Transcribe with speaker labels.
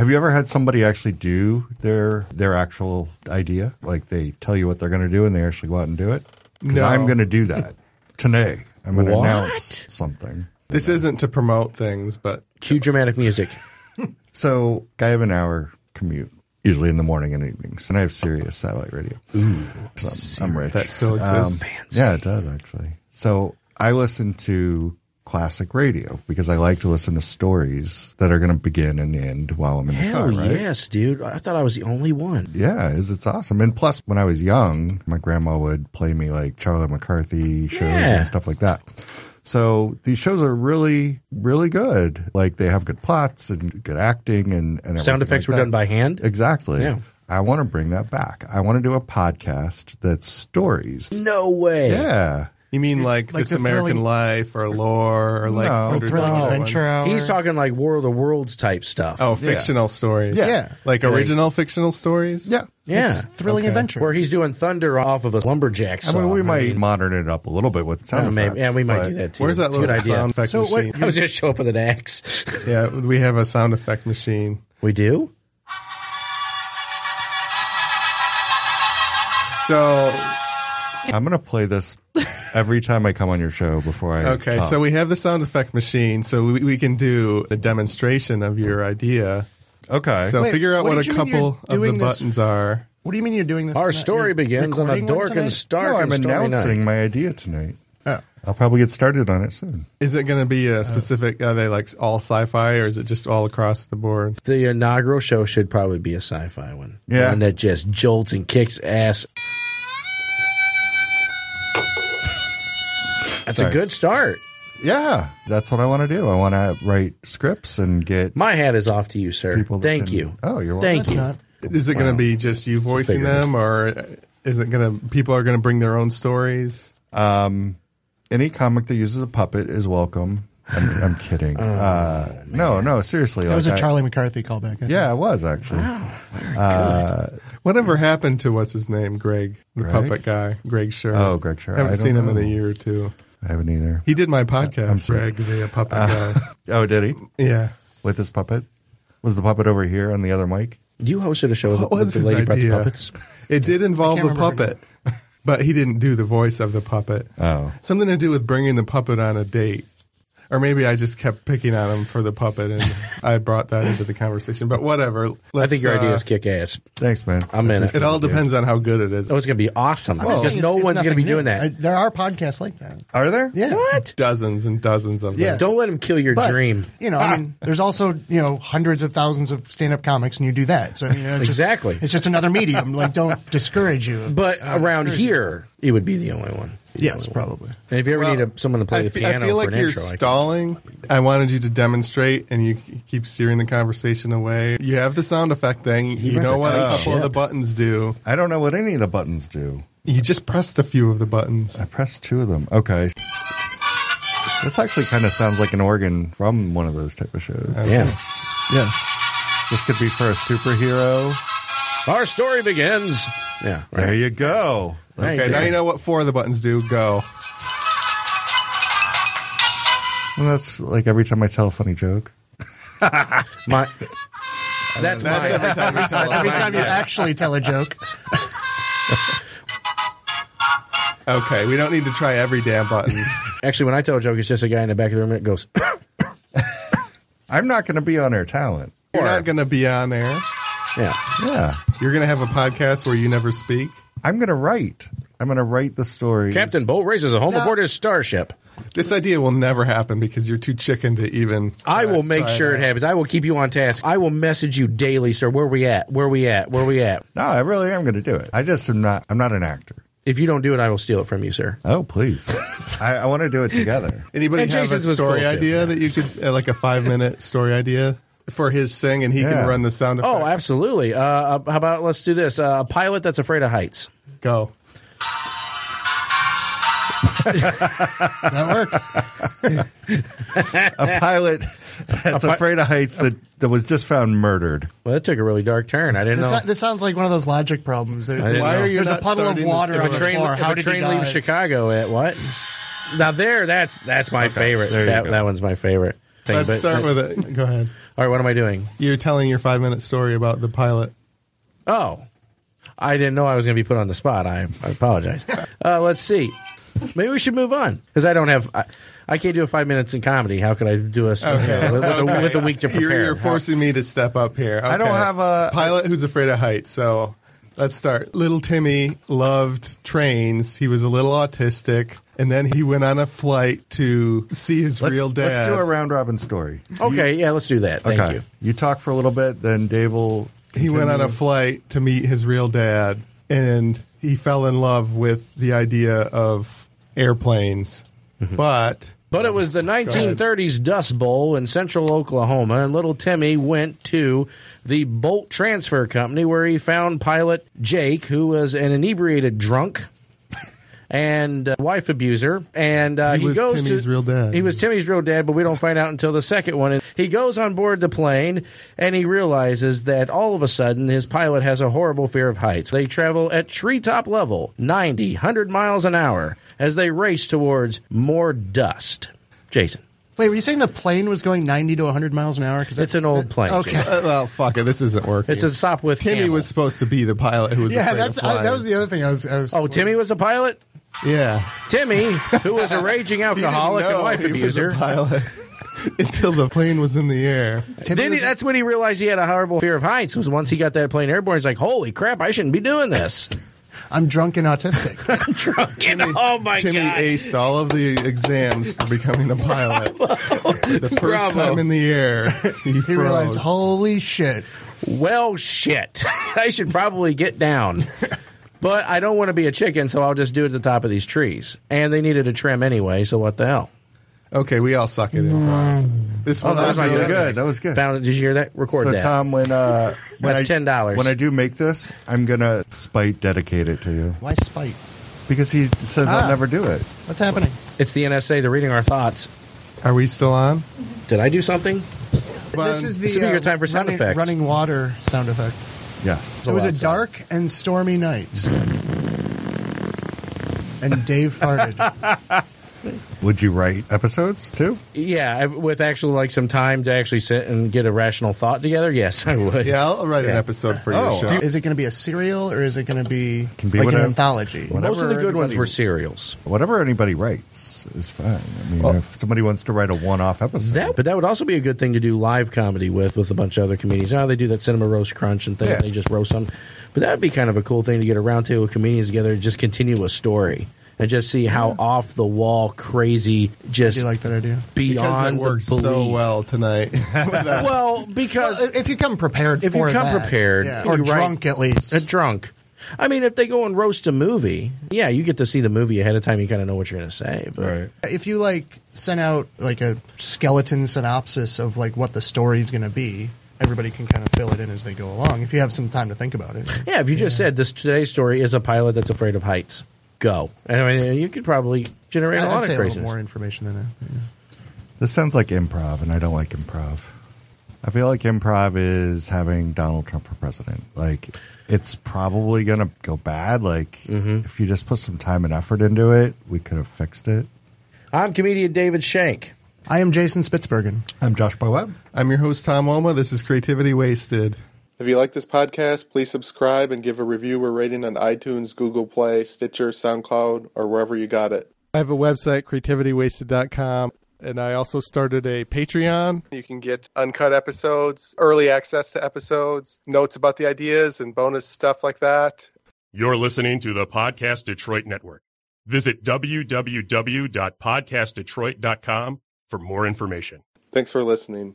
Speaker 1: Have you ever had somebody actually do their their actual idea? Like they tell you what they're going to do and they actually go out and do it? Because
Speaker 2: No.
Speaker 1: I'm going to do that today. I'm going to
Speaker 3: What?
Speaker 1: announce something.
Speaker 2: This isn't to promote things, but
Speaker 3: Cue dramatic music.
Speaker 1: So I have an hour commute, usually in the morning and evenings, and I have Sirius satellite radio. So I'm, I'm rich. Um,
Speaker 2: that still exists.
Speaker 1: Yeah, it does actually. So I listen to classic radio because I like to listen to stories that are going to begin and end while I'm in the
Speaker 3: Hell
Speaker 1: car. Right?
Speaker 3: yes, dude. I thought I was the only one.
Speaker 1: Yeah, it's, it's awesome. And plus, when I was young, my grandma would play me like Charlie McCarthy shows
Speaker 3: Yeah.
Speaker 1: and stuff like that. So these shows are really, really good. Like they have good plots and good acting and, and everything
Speaker 3: Sound effects
Speaker 1: like
Speaker 3: were
Speaker 1: that.
Speaker 3: done by hand.
Speaker 1: Exactly.
Speaker 3: Yeah.
Speaker 1: I want to bring that back. I want to do a podcast that's stories.
Speaker 3: No way.
Speaker 1: Yeah.
Speaker 2: You mean like,
Speaker 4: Like
Speaker 2: This
Speaker 4: the
Speaker 2: American
Speaker 4: thrilling-
Speaker 2: Life or Lore or like
Speaker 1: No,
Speaker 2: hundreds of
Speaker 4: Thrilling
Speaker 2: other
Speaker 4: Adventure
Speaker 2: ones?
Speaker 4: Hour.
Speaker 3: He's talking like War of the Worlds type stuff.
Speaker 2: Oh, fictional stories.
Speaker 1: Yeah.
Speaker 4: Yeah.
Speaker 2: Like original fictional stories?
Speaker 1: Yeah.
Speaker 3: yeah.
Speaker 4: Thrilling Adventure.
Speaker 3: Where he's doing thunder off of a lumberjack
Speaker 1: I
Speaker 3: song.
Speaker 1: mean, we might
Speaker 3: mean,
Speaker 1: modern it up a little bit with sound
Speaker 3: yeah, maybe-
Speaker 1: effects.
Speaker 3: yeah, we might
Speaker 1: but-
Speaker 3: do that too.
Speaker 2: Where's that
Speaker 3: It's a
Speaker 2: little
Speaker 3: good idea.
Speaker 2: sound effect
Speaker 4: So what-
Speaker 2: machine?
Speaker 3: I was going to show up with an axe.
Speaker 2: Yeah, we have a sound effect machine.
Speaker 3: we do?
Speaker 2: So
Speaker 1: I'm going to play this every time I come on your show before I.
Speaker 2: okay, so
Speaker 4: Oh.
Speaker 2: we have the sound effect machine, so we, we can do a demonstration of your idea.
Speaker 1: Okay.
Speaker 2: So
Speaker 4: Wait,
Speaker 2: figure out
Speaker 4: what
Speaker 2: what,
Speaker 4: did
Speaker 2: a
Speaker 4: you mean you're
Speaker 2: couple of the
Speaker 4: doing this-
Speaker 2: buttons are.
Speaker 4: What do you mean you're doing this?
Speaker 3: Our
Speaker 4: tonight?
Speaker 3: story
Speaker 4: You're
Speaker 3: begins on a
Speaker 4: recording one
Speaker 3: dark
Speaker 4: tonight?
Speaker 3: and stark
Speaker 1: no, I'm
Speaker 3: and stormy
Speaker 1: announcing
Speaker 3: night.
Speaker 1: my idea tonight. I'll probably get started on it soon.
Speaker 2: Is it going to be
Speaker 4: Oh.
Speaker 2: a specific? Are they like all sci-fi, or is it just all across the board?
Speaker 3: The inaugural show should probably be a sci-fi one.
Speaker 1: Yeah.
Speaker 3: One that just jolts and kicks ass. That's a
Speaker 1: Sorry.
Speaker 3: good start.
Speaker 1: Yeah, that's what I want to do. I want to write scripts and get
Speaker 3: My hat is off to you, sir.
Speaker 1: people. that
Speaker 3: Thank
Speaker 1: can-
Speaker 3: you.
Speaker 1: Oh, you're welcome.
Speaker 3: Thank you.
Speaker 2: Is it going to be just you voicing
Speaker 3: figure it
Speaker 2: them, or is it going to people are going to bring their own stories?
Speaker 1: Any comic that uses a puppet is welcome. I'm, I'm kidding. uh, no, no, seriously.
Speaker 4: That was
Speaker 1: like
Speaker 4: a
Speaker 1: I-
Speaker 4: Charlie McCarthy callback. I think.
Speaker 1: Yeah, it was actually.
Speaker 2: Whatever happened to what's his name, Greg, the puppet guy, Greg Sure.
Speaker 1: Oh, Greg Sher.
Speaker 2: I haven't
Speaker 1: I don't
Speaker 2: seen him in
Speaker 1: know.
Speaker 2: a year or two.
Speaker 1: I haven't either.
Speaker 2: He did my podcast,
Speaker 1: sorry.
Speaker 2: Greg, the uh, puppet guy.
Speaker 1: Oh, did he?
Speaker 2: Yeah.
Speaker 1: With his puppet? Was the puppet over here on the other mic?
Speaker 3: You hosted a show with,
Speaker 2: What was
Speaker 3: with the
Speaker 2: his
Speaker 3: lady brought the
Speaker 2: idea?
Speaker 3: puppets.
Speaker 2: It did involve
Speaker 4: can't
Speaker 2: the
Speaker 4: remember her
Speaker 2: puppet, but he didn't do the voice of the puppet.
Speaker 1: Oh.
Speaker 2: Something to do with bringing the puppet on a date. Or maybe I just kept picking on him for the puppet and I brought that into the conversation. But whatever.
Speaker 3: I
Speaker 2: Let's,
Speaker 3: think your
Speaker 2: uh,
Speaker 3: idea is kick ass.
Speaker 1: Thanks, man.
Speaker 3: I'm in it.
Speaker 2: It all depends on how good it is.
Speaker 3: Oh, it's going to be awesome.
Speaker 4: I'm
Speaker 3: Because
Speaker 4: saying
Speaker 3: no
Speaker 4: it's- it's
Speaker 3: one's going to be doing
Speaker 4: nothing new.
Speaker 3: that.
Speaker 4: I- there are podcasts like that.
Speaker 1: Are there?
Speaker 4: Yeah.
Speaker 3: what?
Speaker 2: dozens and dozens of them.
Speaker 4: Yeah.
Speaker 3: Don't let him kill your
Speaker 4: But,
Speaker 3: dream. Ah.
Speaker 4: You know, I mean, there's also you know hundreds of thousands of stand-up comics, and you do that. So you know, it's just-
Speaker 3: Exactly.
Speaker 4: it's just another medium. Like, don't discourage you.
Speaker 3: But uh,
Speaker 4: It's- it's
Speaker 3: around
Speaker 4: discouraging.
Speaker 3: here, it would be the only one. Be the only
Speaker 4: yes,
Speaker 3: one.
Speaker 4: probably.
Speaker 3: And if you ever
Speaker 2: Well,
Speaker 3: need a, someone to play
Speaker 2: I
Speaker 3: the
Speaker 2: fe-
Speaker 3: piano
Speaker 2: I feel
Speaker 3: for
Speaker 2: like
Speaker 3: an
Speaker 2: you're
Speaker 3: intro, I can-
Speaker 2: stalling. I wanted you to demonstrate, and you c- keep steering the conversation away. You have the sound effect thing. you
Speaker 3: runs
Speaker 2: know
Speaker 3: a
Speaker 2: what a
Speaker 3: tight
Speaker 2: couple of
Speaker 3: ship.
Speaker 2: the buttons do.
Speaker 1: I don't know what any of the buttons do.
Speaker 2: You just pressed a few of the buttons.
Speaker 1: I pressed two of them. Okay. This actually kind of sounds like an organ from one of those type of shows.
Speaker 3: Yeah.
Speaker 2: Yes.
Speaker 1: This could be for a superhero.
Speaker 3: Our story begins. Yeah. Right.
Speaker 1: There you go. Let's
Speaker 2: Okay,
Speaker 3: Thank
Speaker 2: now
Speaker 3: you.
Speaker 2: you know what four of the buttons do. Go.
Speaker 1: Well, that's like every time I tell a funny joke.
Speaker 3: My, that's my.
Speaker 2: That's every time you tell us.
Speaker 4: Every time you actually tell a joke,
Speaker 2: Okay, we don't need to try every damn button.
Speaker 3: Actually, when I tell a joke, it's just a guy in the back of the room that goes,
Speaker 1: I'm not going to be on air talent.
Speaker 2: You're not going to be on there.
Speaker 3: yeah.
Speaker 1: Yeah.
Speaker 2: You're going to have a podcast where you never speak.
Speaker 1: I'm going to write. I'm going to write the stories.
Speaker 3: Captain Bolt raises a home aboard his starship.
Speaker 2: This idea will never happen because you're too chicken to even.
Speaker 3: I
Speaker 2: try-
Speaker 3: will make
Speaker 2: try
Speaker 3: sure
Speaker 2: that.
Speaker 3: it happens. I will keep you on task. I will message you daily, sir. Where we at? Where we at? Where we at?
Speaker 1: No, I really am going to do it. I just am not. I'm not an actor.
Speaker 3: If you don't do it, I will steal it from you, sir.
Speaker 1: Oh, please. I, I want to do it together.
Speaker 2: Anybody
Speaker 3: And
Speaker 2: have
Speaker 3: Jason's
Speaker 2: a
Speaker 3: was
Speaker 2: story
Speaker 3: cool, too.
Speaker 2: idea that you could, uh, like a five minute story idea for his thing, and he
Speaker 1: Yeah.
Speaker 2: can run the sound effects?
Speaker 3: Oh, absolutely. Uh, uh, how about let's do this? Uh, a pilot that's afraid of heights.
Speaker 2: Go.
Speaker 4: that works.
Speaker 1: A pilot that's afraid of heights that, that was just found murdered.
Speaker 3: Well, that took a really dark turn. I didn't
Speaker 4: This,
Speaker 3: know.
Speaker 4: this sounds like one of those logic problems. There-
Speaker 3: didn't
Speaker 4: there's
Speaker 3: know.
Speaker 4: there's a
Speaker 2: not
Speaker 4: puddle of
Speaker 2: starting the story?
Speaker 4: water on
Speaker 3: if
Speaker 4: the
Speaker 3: a train,
Speaker 4: floor.
Speaker 3: if
Speaker 4: How
Speaker 3: a
Speaker 4: did
Speaker 3: train
Speaker 4: he die?
Speaker 3: leaves Chicago at what? Now there, that's that's my favorite.
Speaker 1: there you
Speaker 3: That
Speaker 1: go.
Speaker 3: that one's my favorite. Thing,
Speaker 2: Let's
Speaker 3: but-
Speaker 2: start
Speaker 3: but-
Speaker 2: with it. Go ahead.
Speaker 3: All right, what am I doing?
Speaker 2: You're telling your five minute story about the pilot.
Speaker 3: Oh, I didn't know I was going to be put on the spot. I, I apologize. uh, let's see. Maybe we should move on because I don't have. I, I can't do a five minutes in comedy. How could I do a with, a with a week to prepare?
Speaker 2: You're, you're
Speaker 3: How-
Speaker 2: forcing me to step up here.
Speaker 1: I don't
Speaker 2: Okay.
Speaker 1: have a-
Speaker 2: pilot who's afraid of heights. So let's start. Little Timmy loved trains. He was a little autistic, and then he went on a flight to see his
Speaker 1: Let's,
Speaker 2: real dad.
Speaker 1: let's do a round robin story.
Speaker 3: okay, yeah, let's do that. Thank you.
Speaker 1: talk for a little bit, then Dave will.
Speaker 2: he went on a flight to meet his real dad, and he fell in love with the idea of airplanes, but.
Speaker 3: But it was the 1930s Dust Bowl in central Oklahoma, and little Timmy went to the Bolt Transfer Company where he found pilot Jake, who was an inebriated drunk and uh, wife abuser. And uh,
Speaker 2: He was
Speaker 3: goes
Speaker 2: Timmy's
Speaker 3: to,
Speaker 2: real dad.
Speaker 3: He was Timmy's real dad, but we don't find out until the second one. And he goes on board the plane, and he realizes that all of a sudden his pilot has a horrible fear of heights. They travel at treetop level, 90, 100 miles an hour, as they race towards more dust. Jason.
Speaker 4: Wait, were you saying the plane was going 90 to 100 miles an hour? Because
Speaker 3: It's an old plane.
Speaker 4: Okay.
Speaker 3: Jason.
Speaker 2: Uh, well, fuck it. This isn't working.
Speaker 3: It's a stop with
Speaker 2: Timmy
Speaker 3: camel.
Speaker 2: was supposed to be the pilot who uh, was.
Speaker 4: Yeah,
Speaker 2: afraid
Speaker 4: that's
Speaker 2: Of flying.
Speaker 4: I, that was the other thing I was. I was
Speaker 3: Oh, Timmy was a pilot?
Speaker 2: yeah.
Speaker 3: Timmy, who was a raging alcoholic and
Speaker 2: know
Speaker 3: wife
Speaker 2: he was a
Speaker 3: abuser.
Speaker 2: pilot until the plane was in the air.
Speaker 4: Timmy
Speaker 3: Then he,
Speaker 4: was-
Speaker 3: that's when he realized he had a horrible fear of heights. Was once he got that plane airborne, he's like, "Holy crap! I shouldn't be doing this."
Speaker 4: I'm drunk and autistic.
Speaker 3: Drunk and- oh my
Speaker 2: Timmy
Speaker 3: god!
Speaker 2: aced all of the exams for becoming a pilot. The first
Speaker 3: Bravo.
Speaker 2: time in the air, he,
Speaker 4: He realized,
Speaker 2: froze.
Speaker 4: holy shit.
Speaker 3: Well, shit. I should probably get down. but I don't want to be a chicken, so I'll just do it at the top of these trees. And they needed a trim anyway, so what the hell?
Speaker 2: okay, we all suck at improv. This one
Speaker 1: Oh, that was
Speaker 2: I
Speaker 1: really
Speaker 2: feel-
Speaker 1: good. That was good.
Speaker 3: Found it. Did you hear that? Record
Speaker 1: so
Speaker 3: that.
Speaker 1: Tom, when uh, when
Speaker 3: That's
Speaker 1: I-
Speaker 3: $10.
Speaker 1: When I do make this, I'm gonna spite dedicate it to you
Speaker 4: Why spite?
Speaker 1: because he says
Speaker 4: Ah.
Speaker 1: I'll never do it.
Speaker 4: What's happening?
Speaker 3: it's the NSA. They're reading our thoughts.
Speaker 2: Are we still on?
Speaker 3: Did I do something?
Speaker 4: this is the uh,
Speaker 3: this would be your time for sound
Speaker 4: running,
Speaker 3: effects.
Speaker 4: running water sound effect.
Speaker 1: Yes.
Speaker 4: It was a
Speaker 3: outside.
Speaker 4: dark and stormy night. And Dave farted.
Speaker 1: Would you write episodes too?
Speaker 3: Yeah, I- with actually like some time to actually sit and get a rational thought together. Yes, I would.
Speaker 2: Yeah, I'll write an
Speaker 3: Yeah.
Speaker 2: episode for
Speaker 1: Oh.
Speaker 2: your show.
Speaker 1: Do
Speaker 4: Is it going to be a serial or is it going to be,
Speaker 1: Can be
Speaker 4: like
Speaker 1: whatever-
Speaker 4: an anthology?
Speaker 3: Most of the
Speaker 1: Whatever
Speaker 3: good ones
Speaker 1: anybody-
Speaker 3: were serials.
Speaker 1: Whatever anybody writes is fine. I mean, if somebody wants to write a one-off episode,
Speaker 3: That, but that would also be a good thing to do live comedy with with a bunch of other comedians. Now they do that cinema roast crunch and things.
Speaker 1: Yeah.
Speaker 3: They just roast some, but that would be kind of a cool thing to get a round table of comedians together and just continue a story and just see how off the wall, crazy,
Speaker 4: Do
Speaker 3: just
Speaker 4: you like that idea?
Speaker 2: because it
Speaker 3: beyond
Speaker 2: worked
Speaker 3: the belief.
Speaker 2: so well tonight.
Speaker 3: Well, because
Speaker 4: Well, if you come prepared
Speaker 3: If you
Speaker 4: for
Speaker 3: come
Speaker 4: that,
Speaker 3: prepared,
Speaker 4: yeah,
Speaker 3: you're
Speaker 4: or
Speaker 3: right.
Speaker 4: drunk at least.
Speaker 3: Uh, drunk. I mean, if they go and roast a movie, yeah, you get to see the movie ahead of time. You kind of know what you're going to say. But
Speaker 1: right?
Speaker 4: If you like sent out like a skeleton synopsis of like what the story's going to be, everybody can kind of fill it in as they go along. If you have some time to think about it,
Speaker 3: yeah, if you just said this today's story is a pilot that's afraid of heights, go. And I mean, you could probably generate a
Speaker 4: I'd
Speaker 3: lot
Speaker 4: say
Speaker 3: of
Speaker 4: a little
Speaker 3: craziness.
Speaker 4: more information than that.
Speaker 1: This sounds like improv, and I don't like improv. I feel like improv is having Donald Trump for president. Like, it's probably going to go bad. Like, if you just put some time and effort into it, we could have fixed it.
Speaker 3: I'm comedian David Shank.
Speaker 4: I am Jason Spitzbergen.
Speaker 1: I'm Josh Boyweb.
Speaker 2: I'm your host, Tom Loma. This is Creativity Wasted. If you like this podcast, please subscribe and give a review or rating on iTunes, Google Play, Stitcher, SoundCloud, or wherever you got it. I have a website, creativitywasted.com, and I also started a Patreon. You can get uncut episodes, early access to episodes, notes about the ideas, and bonus stuff like that.
Speaker 5: You're listening to the Podcast Detroit Network. Visit www.podcastdetroit.com for more information.
Speaker 6: Thanks for listening.